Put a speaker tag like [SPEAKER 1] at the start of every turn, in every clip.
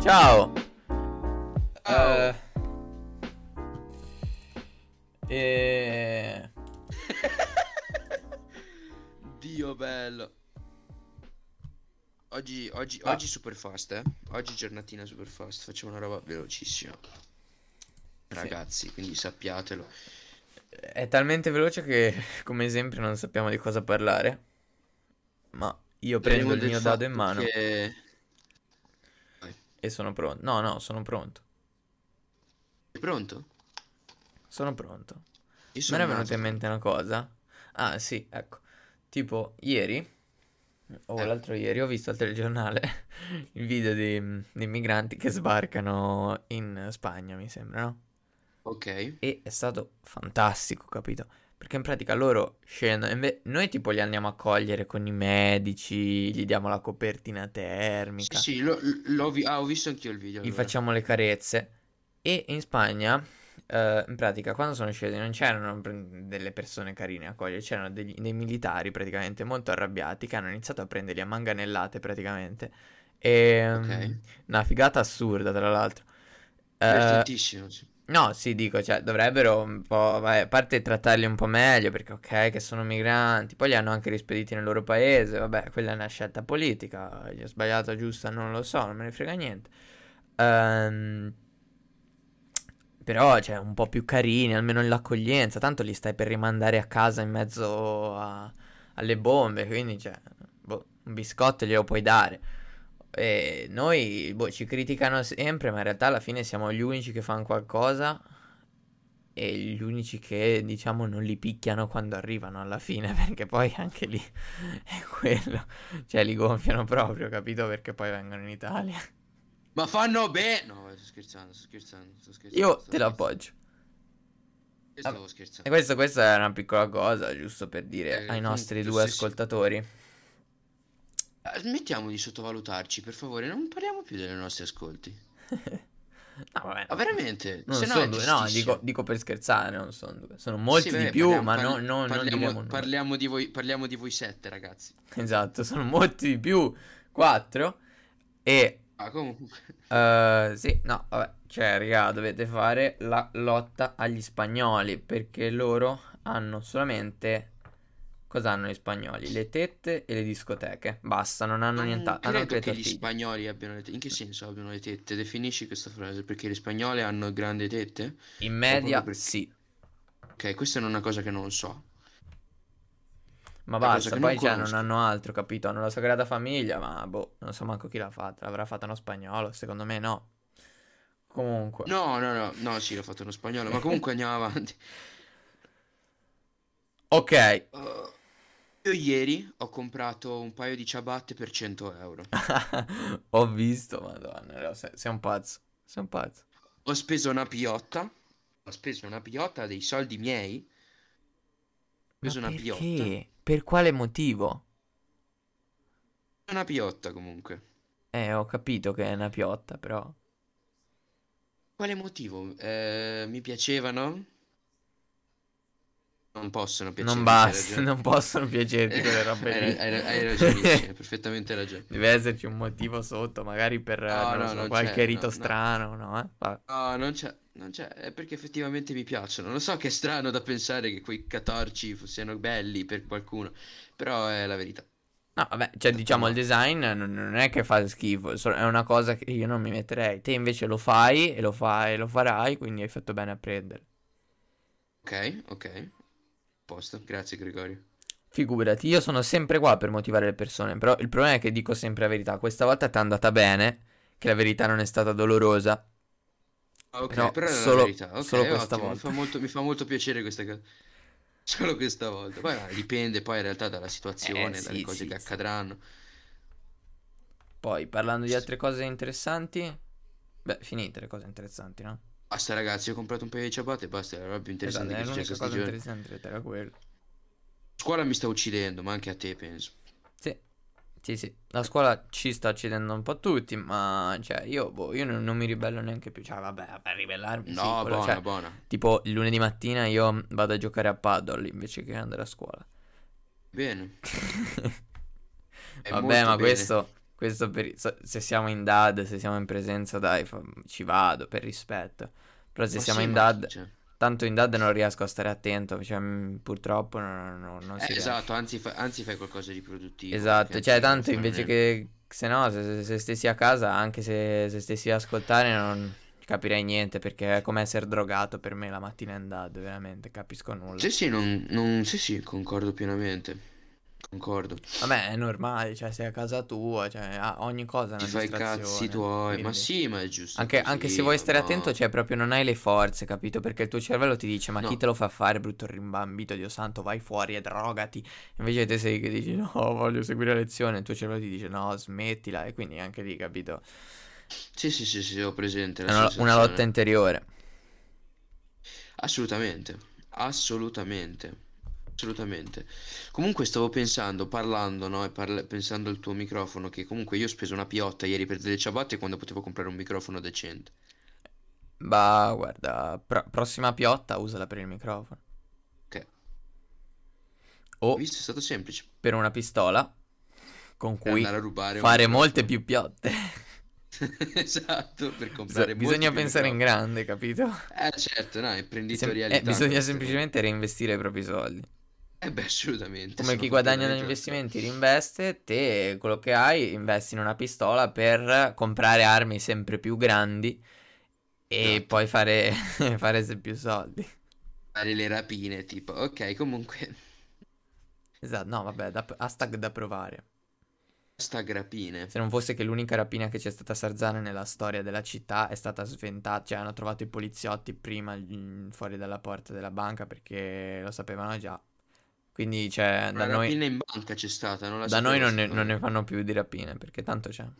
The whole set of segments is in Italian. [SPEAKER 1] Ciao.
[SPEAKER 2] Eh, eh,
[SPEAKER 3] Dio bello. Oggi, oggi,
[SPEAKER 2] Ah.
[SPEAKER 3] oggi super fast, eh. Oggi giornatina super fast. Facciamo una roba velocissima. Ragazzi, quindi sappiatelo.
[SPEAKER 1] È talmente veloce che come esempio non sappiamo di cosa parlare. Ma io prendo
[SPEAKER 3] Parliamo
[SPEAKER 1] il
[SPEAKER 3] del
[SPEAKER 1] mio dado in
[SPEAKER 3] fatto
[SPEAKER 1] mano
[SPEAKER 3] che-
[SPEAKER 1] e sono pronto. No, no, sono pronto.
[SPEAKER 3] Sei pronto?
[SPEAKER 1] Sono pronto.
[SPEAKER 3] Io
[SPEAKER 1] Mi
[SPEAKER 3] sono
[SPEAKER 1] era venuta in
[SPEAKER 3] nato.
[SPEAKER 1] mente una cosa. Ah, sì, ecco. Tipo, ieri o
[SPEAKER 3] Eh.
[SPEAKER 1] l'altro ieri ho visto al telegiornale il video di, di migranti che sbarcano in Spagna, mi sembra, no?
[SPEAKER 3] Ok.
[SPEAKER 1] E è stato fantastico, capito? Perché in pratica loro scendono, inve- noi tipo li andiamo a cogliere con i medici, gli diamo la copertina
[SPEAKER 3] Sì,
[SPEAKER 1] termica,
[SPEAKER 3] sì, lo- l'ho vi- ah, ho visto anch'io il video.
[SPEAKER 1] gli
[SPEAKER 3] allora.
[SPEAKER 1] facciamo le carezze. E in Spagna, eh, in pratica, quando sono scesi non c'erano pre- delle persone carine a cogliere, c'erano degli- dei militari praticamente molto arrabbiati che hanno iniziato a prenderli a manganellate praticamente. E,
[SPEAKER 3] Ok.
[SPEAKER 1] mm, una figata assurda, tra l'altro. Eh,
[SPEAKER 3] Divertentissimo. sì.
[SPEAKER 1] No, sì, dico, cioè, dovrebbero un po', vabbè, a parte trattarli un po' meglio, perché ok, che sono migranti, poi li hanno anche rispediti nel loro paese, vabbè, quella è una scelta politica, gli ho sbagliato, giusta, non lo so, non me ne frega niente. Ehm, però, cioè, un po' più carini, almeno nell'accoglienza, tanto li stai per rimandare a casa in mezzo a- alle bombe, quindi, cioè, boh, un biscotto glielo puoi dare. E noi boh, ci criticano sempre, ma in realtà alla fine siamo gli unici che fanno qualcosa e gli unici che diciamo non li picchiano quando arrivano alla fine, perché poi anche lì è quello, cioè li gonfiano proprio, capito? Perché poi vengono in Italia.
[SPEAKER 3] Ma fanno bene. No, sto scherzando, sto scherzando, sto scherzando.
[SPEAKER 1] Io
[SPEAKER 3] sto
[SPEAKER 1] te lo appoggio.
[SPEAKER 3] scherzando. Io Stavo scherzando.
[SPEAKER 1] E questo, questa è una piccola cosa, giusto per dire
[SPEAKER 3] Eh,
[SPEAKER 1] ai nostri
[SPEAKER 3] giusto,
[SPEAKER 1] due
[SPEAKER 3] sì, sì.
[SPEAKER 1] ascoltatori.
[SPEAKER 3] Ah, Smettiamo di sottovalutarci, per favore, non parliamo più delle nostre ascolti.
[SPEAKER 1] No, vabbè,
[SPEAKER 3] Ma veramente?
[SPEAKER 1] non
[SPEAKER 3] se no
[SPEAKER 1] sono
[SPEAKER 3] è
[SPEAKER 1] due, no,
[SPEAKER 3] giustissimo.
[SPEAKER 1] dico, dico per scherzare, non sono due. Sono
[SPEAKER 3] Sì,
[SPEAKER 1] molti
[SPEAKER 3] vabbè,
[SPEAKER 1] di più,
[SPEAKER 3] parliamo-
[SPEAKER 1] ma
[SPEAKER 3] par-
[SPEAKER 1] no, no, non
[SPEAKER 3] parliamo,
[SPEAKER 1] diremo nulla.
[SPEAKER 3] parliamo di voi, parliamo di voi sette, ragazzi.
[SPEAKER 1] Esatto, sono molti di più, 4 e
[SPEAKER 3] Ah, comunque.
[SPEAKER 1] eh, sì, no, vabbè, cioè, raga, dovete fare la lotta agli spagnoli perché loro hanno solamente cosa hanno gli spagnoli? Le tette e le discoteche. Basta, non hanno
[SPEAKER 3] Non
[SPEAKER 1] nient'altro, hanno anche
[SPEAKER 3] credo
[SPEAKER 1] le
[SPEAKER 3] che gli
[SPEAKER 1] tortiglie.
[SPEAKER 3] spagnoli abbiano le tette. In che senso abbiano le tette? Definisci questa frase, perché gli spagnoli hanno grandi tette?
[SPEAKER 1] In media
[SPEAKER 3] perché-
[SPEAKER 1] sì,
[SPEAKER 3] Ok, questa è una cosa che non so.
[SPEAKER 1] ma
[SPEAKER 3] una cosa
[SPEAKER 1] basta,
[SPEAKER 3] che non
[SPEAKER 1] poi cioè, non
[SPEAKER 3] conosco.
[SPEAKER 1] hanno altro, capito? Hanno la Sagrada Famiglia, ma boh, non so manco chi l'ha fatta. L'avrà fatta uno spagnolo, secondo me no. Comunque.
[SPEAKER 3] No, no, no, no, sì, l'ho fatto uno spagnolo, ma comunque andiamo avanti.
[SPEAKER 1] Ok,
[SPEAKER 3] Uh, io ieri ho comprato un paio di ciabatte per 100 euro.
[SPEAKER 1] Ho visto, madonna, no, sei, sei un pazzo, sei un pazzo.
[SPEAKER 3] Ho speso una piotta. Ho speso una piotta dei soldi miei. Ho
[SPEAKER 1] Ma
[SPEAKER 3] speso una piotta.
[SPEAKER 1] perché? Per quale motivo?
[SPEAKER 3] Una piotta comunque.
[SPEAKER 1] Eh, ho capito che è una piotta, però.
[SPEAKER 3] Quale motivo? Eh, mi piacevano? Non possono piacermi.
[SPEAKER 1] Non
[SPEAKER 3] hai
[SPEAKER 1] basta,
[SPEAKER 3] ragione.
[SPEAKER 1] non possono piacerti quelle robe
[SPEAKER 3] Hai,
[SPEAKER 1] lì.
[SPEAKER 3] hai- hai ragionissimo, hai perfettamente ragione.
[SPEAKER 1] Deve esserci un motivo sotto, magari per, eh,
[SPEAKER 3] No,
[SPEAKER 1] non lo
[SPEAKER 3] no,
[SPEAKER 1] so,
[SPEAKER 3] non
[SPEAKER 1] qualche
[SPEAKER 3] c'è,
[SPEAKER 1] rito
[SPEAKER 3] no, no.
[SPEAKER 1] strano, no? eh? Vabbè.
[SPEAKER 3] No, non c'è, non c'è, è perché effettivamente mi piacciono. Lo so che è strano da pensare che quei 14 siano belli per qualcuno, però è la verità.
[SPEAKER 1] No, vabbè, cioè, diciamo, il design non, non è che fa schifo, so- è una cosa che io non mi metterei. Te invece lo fai e lo fai e lo farai, quindi hai fatto bene a prendere.
[SPEAKER 3] Ok, ok. Posto, grazie Gregorio.
[SPEAKER 1] Figurati, io sono sempre qua per motivare le persone, però il problema è che dico sempre la verità. Questa volta ti è andata bene, che la verità non è stata dolorosa.
[SPEAKER 3] Ah, Ok,
[SPEAKER 1] Però
[SPEAKER 3] però è la
[SPEAKER 1] solo-
[SPEAKER 3] verità. Ok,
[SPEAKER 1] solo questa
[SPEAKER 3] ottimo, mi
[SPEAKER 1] volta.
[SPEAKER 3] fa molto, mi fa molto piacere questa cosa. Solo questa volta. Poi eh, dipende poi in realtà dalla situazione,
[SPEAKER 1] Eh,
[SPEAKER 3] dalle
[SPEAKER 1] sì,
[SPEAKER 3] cose
[SPEAKER 1] sì,
[SPEAKER 3] che
[SPEAKER 1] sì.
[SPEAKER 3] accadranno.
[SPEAKER 1] Poi, parlando di altre cose interessanti, beh, finite le cose interessanti, no?
[SPEAKER 3] Basta ragazzi, ho comprato un paio di ciabatte e basta, è la roba più
[SPEAKER 1] Esatto,
[SPEAKER 3] interessante
[SPEAKER 1] è
[SPEAKER 3] che è
[SPEAKER 1] l'unica
[SPEAKER 3] successa sti
[SPEAKER 1] cosa
[SPEAKER 3] giorni.
[SPEAKER 1] interessante che era quello.
[SPEAKER 3] Scuola mi sta uccidendo, ma anche a te penso.
[SPEAKER 1] Sì, sì, sì. La scuola ci sta uccidendo un po' tutti, ma cioè, io, boh, io non, non mi ribello neanche più. Cioè, vabbè, vabbè, ribellarmi, sì,
[SPEAKER 3] No, boh.
[SPEAKER 1] quello,
[SPEAKER 3] buona,
[SPEAKER 1] cioè,
[SPEAKER 3] buona.
[SPEAKER 1] tipo, il lunedì mattina io vado a giocare a paddle invece che andare a scuola.
[SPEAKER 3] Bene. È
[SPEAKER 1] Vabbè,
[SPEAKER 3] molto
[SPEAKER 1] ma
[SPEAKER 3] bene.
[SPEAKER 1] questo, Questo per- so- se siamo in DAD, se siamo in presenza, dai, fa- ci vado per rispetto. Però se
[SPEAKER 3] Ma
[SPEAKER 1] siamo
[SPEAKER 3] sì,
[SPEAKER 1] in
[SPEAKER 3] ma-
[SPEAKER 1] DAD,
[SPEAKER 3] cioè,
[SPEAKER 1] tanto in DAD non riesco a stare attento, cioè, mm, purtroppo no- no- no- non
[SPEAKER 3] eh,
[SPEAKER 1] si riesce.
[SPEAKER 3] esatto, anzi, fa- anzi fai qualcosa di produttivo.
[SPEAKER 1] Esatto,
[SPEAKER 3] perché
[SPEAKER 1] cioè
[SPEAKER 3] anche
[SPEAKER 1] tanto
[SPEAKER 3] quello non
[SPEAKER 1] invece
[SPEAKER 3] è-
[SPEAKER 1] che se no, se, se- se stessi a casa, anche se, se stessi ad ascoltare non capirei niente perché è come essere drogato per me la mattina in DAD, veramente, capisco nulla.
[SPEAKER 3] Sì, sì, non, non- sì, sì, concordo pienamente. Concordo.
[SPEAKER 1] Vabbè, è normale, cioè sei a casa tua, cioè a- ogni cosa è
[SPEAKER 3] Ti
[SPEAKER 1] una
[SPEAKER 3] fai i cazzi
[SPEAKER 1] distrazione,
[SPEAKER 3] tuoi, ma
[SPEAKER 1] quindi-
[SPEAKER 3] sì, ma è giusto
[SPEAKER 1] Anche, anche se
[SPEAKER 3] così,
[SPEAKER 1] vuoi stare attento,
[SPEAKER 3] no.
[SPEAKER 1] cioè proprio non hai le forze, capito? Perché il tuo cervello ti dice, ma chi
[SPEAKER 3] No.
[SPEAKER 1] te lo fa fare, brutto rimbambito, Dio santo, vai fuori e drogati. Invece te sei che dici, no, voglio seguire la lezione, il tuo cervello ti dice, no, smettila. E quindi anche lì, capito?
[SPEAKER 3] Sì, sì, sì, sì, ho presente
[SPEAKER 1] È
[SPEAKER 3] la
[SPEAKER 1] una, una
[SPEAKER 3] sensazione.
[SPEAKER 1] lotta interiore.
[SPEAKER 3] Assolutamente, assolutamente, assolutamente. Comunque stavo pensando, parlando, no, e parla- pensando al tuo microfono, che comunque io ho speso una piotta ieri per delle ciabatte quando potevo comprare un microfono decente.
[SPEAKER 1] Bah, guarda, pro- prossima piotta usala per il microfono.
[SPEAKER 3] Ok,
[SPEAKER 1] O
[SPEAKER 3] hai visto? È stato semplice.
[SPEAKER 1] per una pistola, con
[SPEAKER 3] Per
[SPEAKER 1] cui
[SPEAKER 3] andare a rubare un
[SPEAKER 1] fare
[SPEAKER 3] microfono.
[SPEAKER 1] molte più piotte.
[SPEAKER 3] Esatto, per comprare
[SPEAKER 1] Bisogna
[SPEAKER 3] molti più
[SPEAKER 1] pensare in
[SPEAKER 3] microfoni.
[SPEAKER 1] grande, capito?
[SPEAKER 3] Eh certo, no,
[SPEAKER 1] Sem- eh,
[SPEAKER 3] imprenditorialità.
[SPEAKER 1] bisogna
[SPEAKER 3] queste cose.
[SPEAKER 1] semplicemente reinvestire i propri soldi.
[SPEAKER 3] Eh beh, assolutamente,
[SPEAKER 1] Come
[SPEAKER 3] sono
[SPEAKER 1] chi guadagna dagli
[SPEAKER 3] completamente
[SPEAKER 1] investimenti reinveste, te quello che hai investi in una pistola per comprare armi sempre più grandi e
[SPEAKER 3] Esatto.
[SPEAKER 1] poi fare, fare sempre più soldi.
[SPEAKER 3] d'accordo. Fare le rapine, tipo. Ok, comunque,
[SPEAKER 1] Esatto, no, vabbè, da, hashtag da provare.
[SPEAKER 3] sta rapine.
[SPEAKER 1] Se non fosse che l'unica rapina che c'è stata a Sarzana nella storia della città è stata sventata, cioè hanno trovato i poliziotti prima mm, fuori dalla porta della banca perché lo sapevano già. Quindi, cioè, da
[SPEAKER 3] Una
[SPEAKER 1] noi...
[SPEAKER 3] rapina in banca c'è stata, non la
[SPEAKER 1] Da noi
[SPEAKER 3] sapevo
[SPEAKER 1] non ne,
[SPEAKER 3] sta
[SPEAKER 1] non ne
[SPEAKER 3] cosa.
[SPEAKER 1] fanno più di rapine perché tanto c'è. Cioè,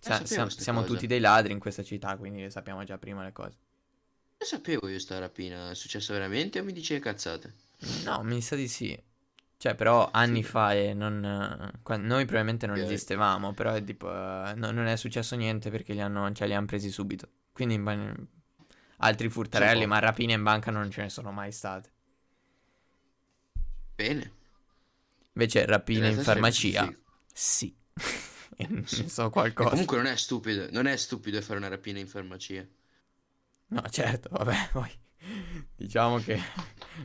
[SPEAKER 3] sapevo
[SPEAKER 1] siamo,
[SPEAKER 3] sta
[SPEAKER 1] siamo
[SPEAKER 3] cosa.
[SPEAKER 1] tutti dei ladri in questa città, quindi le sappiamo già prima le cose.
[SPEAKER 3] Non sapevo io sta rapina, è successa veramente o mi dicevi cazzate?
[SPEAKER 1] No, mi sa di sì. Cioè, però anni
[SPEAKER 3] Sì.
[SPEAKER 1] fa e non, eh, qua- noi probabilmente non
[SPEAKER 3] Ok.
[SPEAKER 1] esistevamo, però è tipo, eh, no- non è successo niente perché li hanno, cioè, li hanno presi subito. Quindi ban- altri furtarelli,
[SPEAKER 3] Sì, boh.
[SPEAKER 1] ma rapine in banca non ce ne sono mai state.
[SPEAKER 3] Bene.
[SPEAKER 1] Invece
[SPEAKER 3] in
[SPEAKER 1] rapine in
[SPEAKER 3] realtà sarebbe più
[SPEAKER 1] farmacia,
[SPEAKER 3] figo.
[SPEAKER 1] sì. E ne
[SPEAKER 3] Sì.
[SPEAKER 1] so
[SPEAKER 3] E
[SPEAKER 1] qualcosa.
[SPEAKER 3] comunque non è stupido, non è stupido fare una rapina in farmacia.
[SPEAKER 1] No, certo, vabbè, poi diciamo che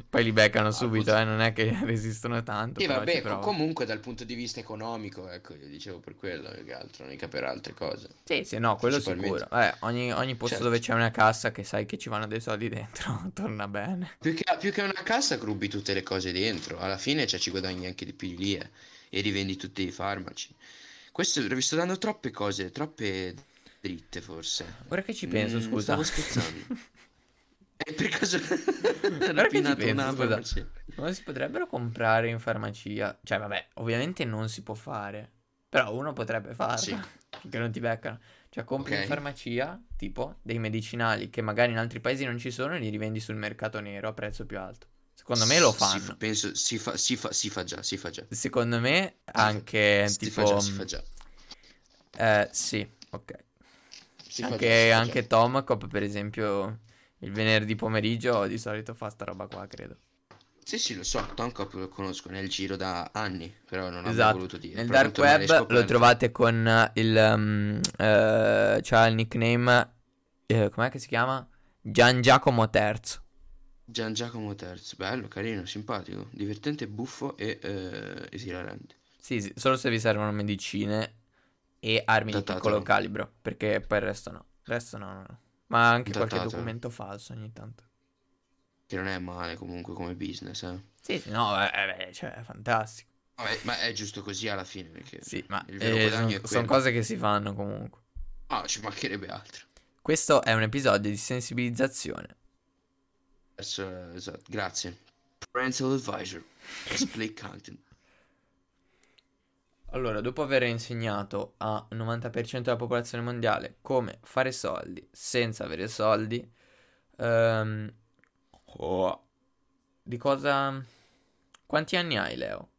[SPEAKER 1] poi li beccano subito, eh, non è che resistono tanto,
[SPEAKER 3] Ah, Sì,
[SPEAKER 1] però ci
[SPEAKER 3] vabbè, co-
[SPEAKER 1] provano.
[SPEAKER 3] comunque dal punto di vista economico, ecco, io dicevo per quello, più che altro, mica per altre cose.
[SPEAKER 1] Sì, sì, no, quello
[SPEAKER 3] Principalmente.
[SPEAKER 1] sicuro. Eh, ogni, ogni posto
[SPEAKER 3] Certo.
[SPEAKER 1] dove c'è una cassa che sai che ci vanno dei soldi dentro, torna bene.
[SPEAKER 3] Più che, più che una cassa rubi tutte le cose dentro, alla fine cioè, ci guadagni anche di più di lì eh, e rivendi tutti i farmaci. Questo vi sto dando troppe cose, troppe dritte forse.
[SPEAKER 1] Ora che ci penso,
[SPEAKER 3] Mm,
[SPEAKER 1] scusa.
[SPEAKER 3] Stavo scherzando. E per caso
[SPEAKER 1] ci
[SPEAKER 3] rapinato
[SPEAKER 1] penso,
[SPEAKER 3] una
[SPEAKER 1] scusa.
[SPEAKER 3] farmacia.
[SPEAKER 1] Ma si potrebbero comprare in farmacia? Cioè, vabbè, ovviamente non si può fare, però uno potrebbe farlo,
[SPEAKER 3] Sì.
[SPEAKER 1] finché non ti beccano. Cioè, compri in
[SPEAKER 3] Ok.
[SPEAKER 1] farmacia, tipo, dei medicinali che magari in altri paesi non ci sono e li rivendi sul mercato nero a prezzo più alto. Secondo me lo
[SPEAKER 3] Si fa-
[SPEAKER 1] fanno.
[SPEAKER 3] penso si fa, si fa, si fa già, si fa già.
[SPEAKER 1] Secondo me
[SPEAKER 3] fa-
[SPEAKER 1] anche
[SPEAKER 3] Ah, Si fa
[SPEAKER 1] tipo...
[SPEAKER 3] già, si fa già.
[SPEAKER 1] eh, sì, ok.
[SPEAKER 3] Si fa già, si
[SPEAKER 1] Anche,
[SPEAKER 3] fa
[SPEAKER 1] anche
[SPEAKER 3] già.
[SPEAKER 1] Tom Cop, per esempio, il venerdì pomeriggio di solito fa sta roba qua, credo.
[SPEAKER 3] Sì, sì, lo so, Tonkop lo conosco nel giro da anni, però non avevo
[SPEAKER 1] Esatto.
[SPEAKER 3] voluto dire.
[SPEAKER 1] Nel
[SPEAKER 3] però
[SPEAKER 1] dark
[SPEAKER 3] tanto me l'hai
[SPEAKER 1] web lo
[SPEAKER 3] scoperto.
[SPEAKER 1] trovate con eh, il... mm, eh, c'ha il nickname... eh, com'è che si chiama? Gian Giacomo III.
[SPEAKER 3] Gian Giacomo III, bello, carino, simpatico, divertente, buffo e eh, esilarante.
[SPEAKER 1] Sì, sì, solo se vi servono medicine e armi di
[SPEAKER 3] Datatelo.
[SPEAKER 1] piccolo calibro, perché poi il resto no. Il resto no, no, no. Ma anche qualche
[SPEAKER 3] Datatelo.
[SPEAKER 1] documento falso ogni tanto.
[SPEAKER 3] Che non è male comunque come business, eh.
[SPEAKER 1] Sì, sì, no, eh, eh, beh, cioè, è fantastico.
[SPEAKER 3] Vabbè, ma è giusto così alla fine, perché...
[SPEAKER 1] Sì, ma
[SPEAKER 3] Il vero guadagno
[SPEAKER 1] sono
[SPEAKER 3] è quello.
[SPEAKER 1] cose che si fanno comunque.
[SPEAKER 3] Ah, ci mancherebbe altro.
[SPEAKER 1] Questo è un episodio di sensibilizzazione.
[SPEAKER 3] Adesso, eh, esatto, grazie. Parental advisor, let's play content.
[SPEAKER 1] Allora, dopo aver insegnato al 90% della popolazione mondiale come fare soldi senza avere soldi, ehm, oh, di cosa... Quanti anni hai, Leo?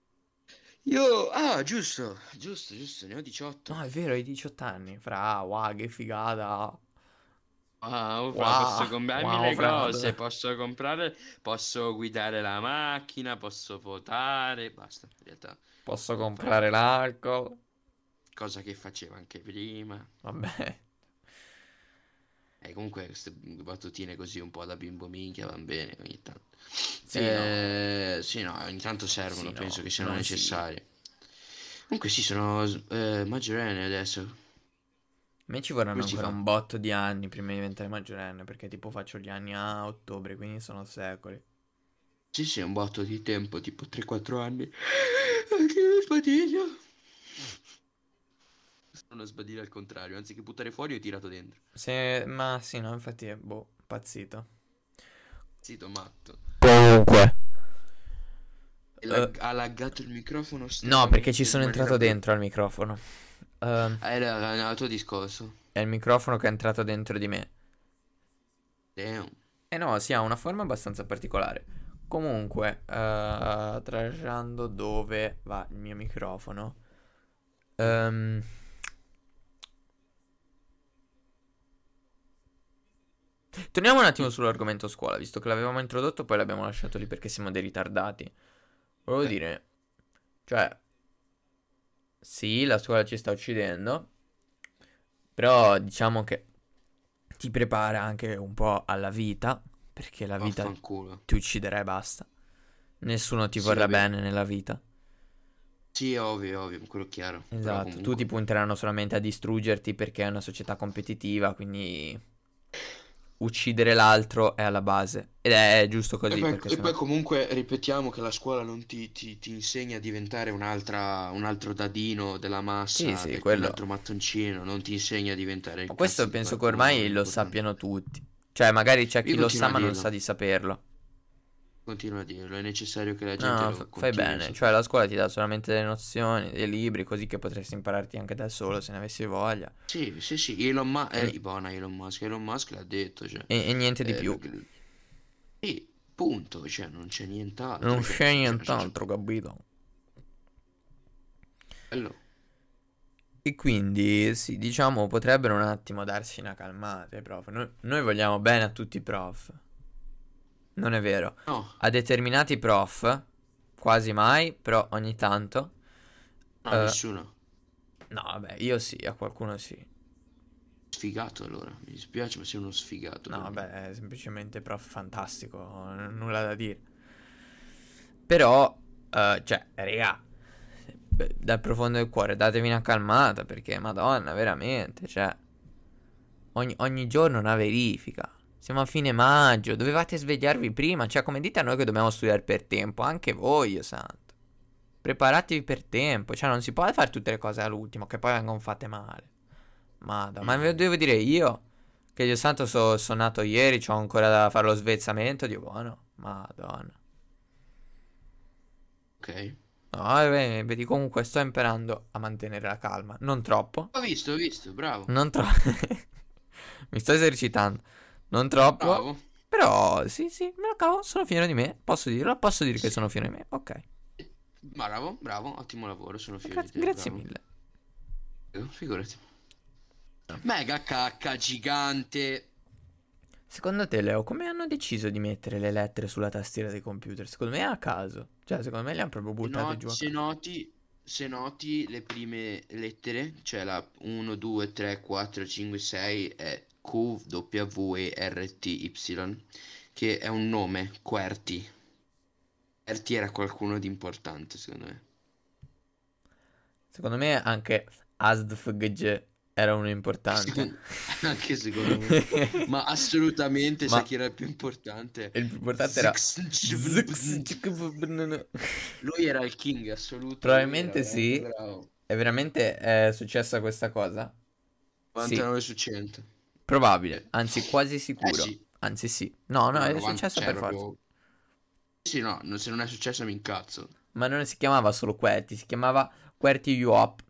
[SPEAKER 3] Io, ah, giusto, giusto, giusto, ne ho 18.
[SPEAKER 1] No, è vero, hai 18 anni. Fra, wow, che figata.
[SPEAKER 3] Wow,
[SPEAKER 1] Wow,
[SPEAKER 3] Ah, oh, fra, posso comprarmi
[SPEAKER 1] wow,
[SPEAKER 3] le
[SPEAKER 1] fra.
[SPEAKER 3] cose, posso comprare, posso guidare la macchina, posso votare, basta, in realtà.
[SPEAKER 1] Posso
[SPEAKER 3] Fai-
[SPEAKER 1] comprare l'alcol.
[SPEAKER 3] cosa che faceva anche prima.
[SPEAKER 1] Vabbè.
[SPEAKER 3] E comunque queste battutine così un po' da bimbo minchia vanno bene ogni tanto.
[SPEAKER 1] Sì,
[SPEAKER 3] Eh, sì, no, ogni tanto servono,
[SPEAKER 1] Sì, no,
[SPEAKER 3] penso che siano
[SPEAKER 1] non sì.
[SPEAKER 3] necessarie. Comunque sì, sono eh, maggiorenne adesso.
[SPEAKER 1] A me ci vorranno
[SPEAKER 3] Come si
[SPEAKER 1] ancora
[SPEAKER 3] fa?
[SPEAKER 1] un botto di anni prima di diventare maggiorenne, perché tipo faccio gli anni a ottobre, quindi sono secoli.
[SPEAKER 3] Sì, sì, un botto di tempo, tipo 3-4 anni. Anche io sbadiglio. Sono sbadiglio al contrario, anziché buttare fuori ho tirato dentro.
[SPEAKER 1] Se... Ma sì, no, infatti è boh, pazzito.
[SPEAKER 3] Zitto, matto.
[SPEAKER 1] Comunque.
[SPEAKER 3] E lag- ha laggato il microfono
[SPEAKER 1] Eh. No, perché ci
[SPEAKER 3] stranamente
[SPEAKER 1] sono
[SPEAKER 3] in maniera
[SPEAKER 1] entrato
[SPEAKER 3] brutta.
[SPEAKER 1] dentro al microfono. Ehm,
[SPEAKER 3] Ah, Era era il tuo discorso.
[SPEAKER 1] è il microfono che è entrato dentro di me.
[SPEAKER 3] Damn.
[SPEAKER 1] Eh no, si ha una forma abbastanza particolare. Comunque, eh, tracciando dove va il mio microfono. Ehm, Torniamo un attimo sull'argomento scuola, visto che l'avevamo introdotto, poi l'abbiamo lasciato lì perché siamo dei ritardati. Volevo
[SPEAKER 3] Eh.
[SPEAKER 1] dire, cioè, sì, la scuola ci sta uccidendo, però diciamo che ti prepara anche un po' alla vita, perché la vita
[SPEAKER 3] Vaffanculo.
[SPEAKER 1] ti ucciderà e basta. Nessuno ti
[SPEAKER 3] Sì,
[SPEAKER 1] vorrà
[SPEAKER 3] vabbè.
[SPEAKER 1] bene nella vita.
[SPEAKER 3] Sì, ovvio, ovvio, quello chiaro. Però
[SPEAKER 1] Esatto,
[SPEAKER 3] comunque-
[SPEAKER 1] tutti punteranno solamente a distruggerti perché è una società competitiva, quindi uccidere l'altro è alla base. Ed è giusto
[SPEAKER 3] E
[SPEAKER 1] così,
[SPEAKER 3] poi,
[SPEAKER 1] perché
[SPEAKER 3] e
[SPEAKER 1] sennò-
[SPEAKER 3] poi comunque ripetiamo che la scuola non ti, ti- ti insegna a diventare un'altra, un altro dadino della massa,
[SPEAKER 1] Sì, sì,
[SPEAKER 3] del-
[SPEAKER 1] quello.
[SPEAKER 3] un altro mattoncino, non ti insegna a diventare il
[SPEAKER 1] Ma questo
[SPEAKER 3] cazzo di
[SPEAKER 1] penso che
[SPEAKER 3] qualcuno,
[SPEAKER 1] ormai lo
[SPEAKER 3] importante.
[SPEAKER 1] sappiano tutti. Cioè, magari c'è
[SPEAKER 3] Io
[SPEAKER 1] chi lo sa
[SPEAKER 3] continuo a
[SPEAKER 1] ma non
[SPEAKER 3] dirlo.
[SPEAKER 1] sa di saperlo.
[SPEAKER 3] Continua a dirlo, è necessario che la gente
[SPEAKER 1] No,
[SPEAKER 3] lo
[SPEAKER 1] fa- fai
[SPEAKER 3] continui a
[SPEAKER 1] bene.
[SPEAKER 3] sapere.
[SPEAKER 1] Cioè, la scuola ti dà solamente delle nozioni, dei libri, così che potresti impararti anche da solo se ne avessi voglia.
[SPEAKER 3] Sì, sì, sì, Elon Musk,
[SPEAKER 1] Eh.
[SPEAKER 3] buona Elon Musk, Elon Musk l'ha detto, cioè,
[SPEAKER 1] E, e niente di
[SPEAKER 3] eh,
[SPEAKER 1] più.
[SPEAKER 3] perché- Sì, punto, cioè, non c'è nient'altro,
[SPEAKER 1] Non
[SPEAKER 3] cioè,
[SPEAKER 1] c'è
[SPEAKER 3] cioè,
[SPEAKER 1] nient'altro, capito?
[SPEAKER 3] cioè, quello-
[SPEAKER 1] E quindi, sì, diciamo, potrebbero un attimo darsi una calmata ai prof. Noi, noi vogliamo bene a tutti i prof. Non è vero.
[SPEAKER 3] no,
[SPEAKER 1] A determinati prof, quasi mai, però ogni tanto.
[SPEAKER 3] no,
[SPEAKER 1] Eh.
[SPEAKER 3] nessuno,
[SPEAKER 1] No, vabbè, io sì, a qualcuno sì.
[SPEAKER 3] sfigato allora, mi dispiace, ma sei uno sfigato,
[SPEAKER 1] No,
[SPEAKER 3] quindi.
[SPEAKER 1] vabbè, è semplicemente prof fantastico, n- nulla da dire. Però, eh, cioè, raga, beh, dal profondo del cuore datevi una calmata perché, madonna, veramente, cioè, ogni, ogni giorno una verifica. Siamo a fine maggio, dovevate svegliarvi prima, cioè, come dite a noi che dobbiamo studiare per tempo, anche voi, io santo. Preparatevi per tempo, cioè, non si può fare tutte le cose all'ultimo che poi vengono fatte male. Madonna, ma ve lo devo dire io? Che Dio santo so- sono nato ieri, c'ho ancora da fare lo svezzamento, Dio buono. Madonna.
[SPEAKER 3] ok?
[SPEAKER 1] No, vabbè, vedi, comunque sto imparando a mantenere la calma. Non troppo.
[SPEAKER 3] Ho visto, ho visto, bravo.
[SPEAKER 1] Non troppo. Mi sto esercitando. Non troppo.
[SPEAKER 3] Bravo.
[SPEAKER 1] Però sì, sì, me lo cavo, sono fiero di me. Posso dirlo? Posso dire che
[SPEAKER 3] Sì.
[SPEAKER 1] sono fiero di me. Ok.
[SPEAKER 3] Bravo, bravo, ottimo lavoro, sono fiero
[SPEAKER 1] Gra-
[SPEAKER 3] di te,
[SPEAKER 1] grazie
[SPEAKER 3] bravo.
[SPEAKER 1] mille.
[SPEAKER 3] Prego, Figurati. Mega cacca gigante.
[SPEAKER 1] Secondo te, Leo, come hanno deciso di mettere le lettere sulla tastiera dei computer? Secondo me è a caso. Cioè, secondo me le hanno proprio
[SPEAKER 3] Se
[SPEAKER 1] buttate
[SPEAKER 3] no-
[SPEAKER 1] giù a
[SPEAKER 3] se noti, se noti le prime lettere, cioè la 1, 2, 3, 4, 5, 6 è Q, W, E, R, T, Y, che è un nome, QWERTY. QWERTY era qualcuno di importante, secondo me.
[SPEAKER 1] Secondo me anche ASDFGG era uno importante.
[SPEAKER 3] Secondo- Anche secondo me. Ma assolutamente,
[SPEAKER 1] Ma-
[SPEAKER 3] sai chi era il più importante?
[SPEAKER 1] E il più importante era...
[SPEAKER 3] Lui era il king assoluto.
[SPEAKER 1] Probabilmente
[SPEAKER 3] lui era veramente
[SPEAKER 1] sì.
[SPEAKER 3] bravo.
[SPEAKER 1] È veramente è successa questa cosa?
[SPEAKER 3] 99 su 100.
[SPEAKER 1] Probabile, anzi quasi
[SPEAKER 3] Eh
[SPEAKER 1] sicuro.
[SPEAKER 3] sì.
[SPEAKER 1] Anzi sì. No, no, è
[SPEAKER 3] 90,
[SPEAKER 1] successa
[SPEAKER 3] cioè,
[SPEAKER 1] per forza.
[SPEAKER 3] proprio- Sì, no, no, se non è successo mi incazzo.
[SPEAKER 1] Ma non si chiamava solo QWERTY, si chiamava QWERTY UOP.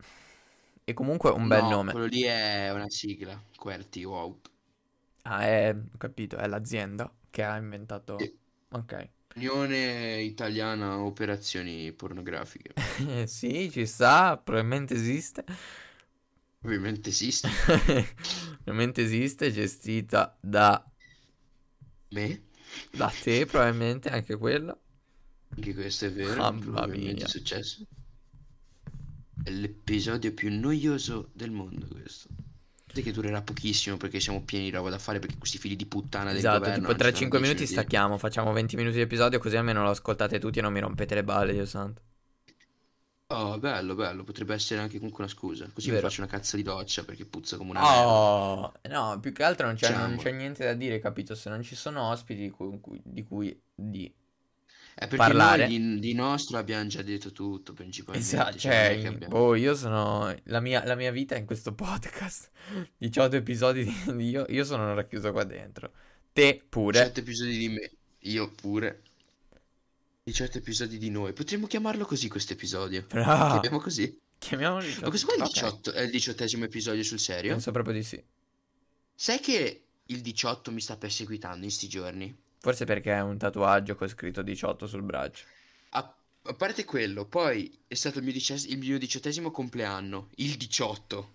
[SPEAKER 1] E comunque un bel
[SPEAKER 3] No,
[SPEAKER 1] nome.
[SPEAKER 3] quello lì è una sigla, QWERTY, wow.
[SPEAKER 1] Ah, è, ho capito, è l'azienda che ha inventato...
[SPEAKER 3] Sì.
[SPEAKER 1] Ok.
[SPEAKER 3] Unione Italiana Operazioni Pornografiche.
[SPEAKER 1] Sì, ci sta, probabilmente esiste.
[SPEAKER 3] Ovviamente esiste.
[SPEAKER 1] Ovviamente esiste, gestita da,
[SPEAKER 3] Me?
[SPEAKER 1] da te, probabilmente anche quello.
[SPEAKER 3] Anche questo è vero,
[SPEAKER 1] Mamma
[SPEAKER 3] probabilmente
[SPEAKER 1] mia.
[SPEAKER 3] è successo. È l'episodio più noioso del mondo questo. Sai che durerà pochissimo perché siamo pieni di roba da fare perché questi figli di puttana del
[SPEAKER 1] Esatto,
[SPEAKER 3] governo cioè,
[SPEAKER 1] tipo
[SPEAKER 3] non
[SPEAKER 1] tra
[SPEAKER 3] ci danno
[SPEAKER 1] 5 minuti
[SPEAKER 3] 10 minuti.
[SPEAKER 1] stacchiamo, facciamo 20 minuti di episodio così almeno lo ascoltate tutti e non mi rompete le balle, Dio santo.
[SPEAKER 3] Oh, bello, bello, potrebbe essere anche comunque una scusa. Così mi
[SPEAKER 1] Vero.
[SPEAKER 3] faccio una cazzo di doccia perché puzza come una merda.
[SPEAKER 1] Oh, no, più che altro non c'è, non
[SPEAKER 3] Diciamo.
[SPEAKER 1] c'è niente da dire, capito? Se non ci sono ospiti di cui, di cui- di-
[SPEAKER 3] È perché
[SPEAKER 1] parlare.
[SPEAKER 3] noi di, di nostro abbiamo già detto tutto principalmente.
[SPEAKER 1] Esatto,
[SPEAKER 3] cioè, non è
[SPEAKER 1] cioè,
[SPEAKER 3] che
[SPEAKER 1] in-
[SPEAKER 3] abbiamo-
[SPEAKER 1] boh, io sono... La mia, la mia vita è in questo podcast. 18 episodi di... di- Io, io sono racchiuso qua dentro. Te pure.
[SPEAKER 3] 18 episodi di me, io pure. 18 episodi di noi. Potremmo chiamarlo così questo episodio.
[SPEAKER 1] Bravo.
[SPEAKER 3] Chiamiamo così.
[SPEAKER 1] Chiamiamolo
[SPEAKER 3] Ma questo qua è il,
[SPEAKER 1] ok.
[SPEAKER 3] 18, è il diciottesimo episodio sul serio?
[SPEAKER 1] Penso proprio di sì.
[SPEAKER 3] Sai che il 18 mi sta perseguitando in sti giorni?
[SPEAKER 1] Forse perché è un tatuaggio con scritto 18 sul braccio.
[SPEAKER 3] A, a parte quello, poi è stato il mio, dices- il mio diciottesimo compleanno, il 18.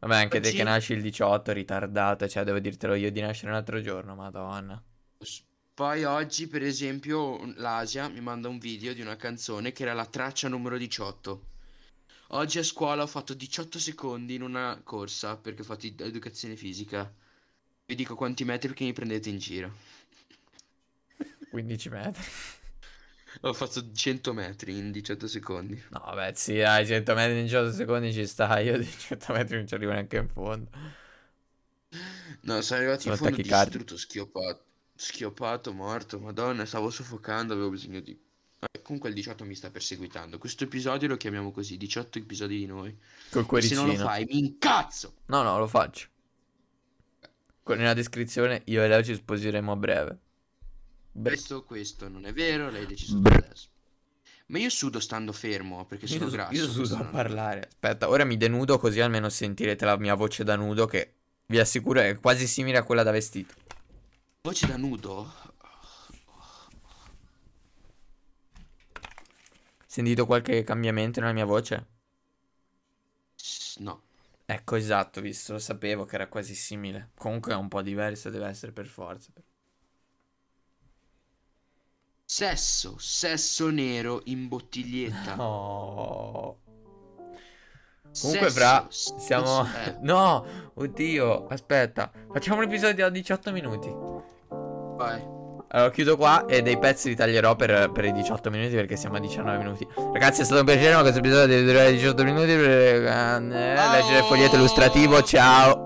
[SPEAKER 1] Vabbè, anche te
[SPEAKER 3] Oggi-
[SPEAKER 1] che nasci il 18, ritardato, cioè devo dirtelo io di nascere un altro giorno, madonna.
[SPEAKER 3] S- Poi oggi, per esempio, un- l'Asia mi manda un video di una canzone che era la traccia numero 18. Oggi a scuola ho fatto 18 secondi in una corsa perché ho fatto ed- educazione fisica. Vi dico quanti metri perché mi prendete in giro.
[SPEAKER 1] 15 metri.
[SPEAKER 3] Ho fatto 100 metri in 18 secondi.
[SPEAKER 1] No, vabbè, sì, dai, 100 metri in 18 secondi ci sta, io di 100 metri non ci arrivo neanche in fondo.
[SPEAKER 3] No, sono arrivato in
[SPEAKER 1] Sono
[SPEAKER 3] fondo
[SPEAKER 1] tachicardi.
[SPEAKER 3] distrutto, schioppato, schioppato, morto, madonna, stavo soffocando, avevo bisogno di... Vabbè, Comunque il 18 mi sta perseguitando. Questo episodio lo chiamiamo così, 18 episodi di noi.
[SPEAKER 1] Col
[SPEAKER 3] Se non
[SPEAKER 1] cuoricino.
[SPEAKER 3] lo fai, mi incazzo!
[SPEAKER 1] No, no, lo faccio. Con- Nella descrizione io e Leo ci sposeremo a breve. Bre-
[SPEAKER 3] Questo, questo non è vero, l'hai deciso tu
[SPEAKER 1] Brr.
[SPEAKER 3] adesso. Ma io sudo stando fermo, perché sono
[SPEAKER 1] Io, su-
[SPEAKER 3] grasso.
[SPEAKER 1] io
[SPEAKER 3] questo
[SPEAKER 1] sudo a
[SPEAKER 3] non-
[SPEAKER 1] parlare. Aspetta, ora mi denudo così almeno sentirete la mia voce da nudo che vi assicuro è quasi simile a quella da vestito.
[SPEAKER 3] Voce da nudo?
[SPEAKER 1] Sentito qualche cambiamento nella mia voce?
[SPEAKER 3] S- No.
[SPEAKER 1] Ecco, esatto, visto, lo sapevo che era quasi simile. Comunque è un po' diverso, deve essere per forza.
[SPEAKER 3] Sesso, sesso nero in bottiglietta.
[SPEAKER 1] Oh.
[SPEAKER 3] Sesso,
[SPEAKER 1] Comunque, fra,
[SPEAKER 3] sesso-
[SPEAKER 1] siamo...
[SPEAKER 3] eh,
[SPEAKER 1] No, oddio, aspetta. Facciamo un episodio a 18 minuti.
[SPEAKER 3] vai.
[SPEAKER 1] Allora, chiudo qua e dei pezzi li taglierò per, per i 18 minuti perché siamo a 19 minuti. Ragazzi, è stato un piacere, ma questo episodio deve durare 18 minuti per eh, leggere il foglietto eh, illustrativo. Ciao.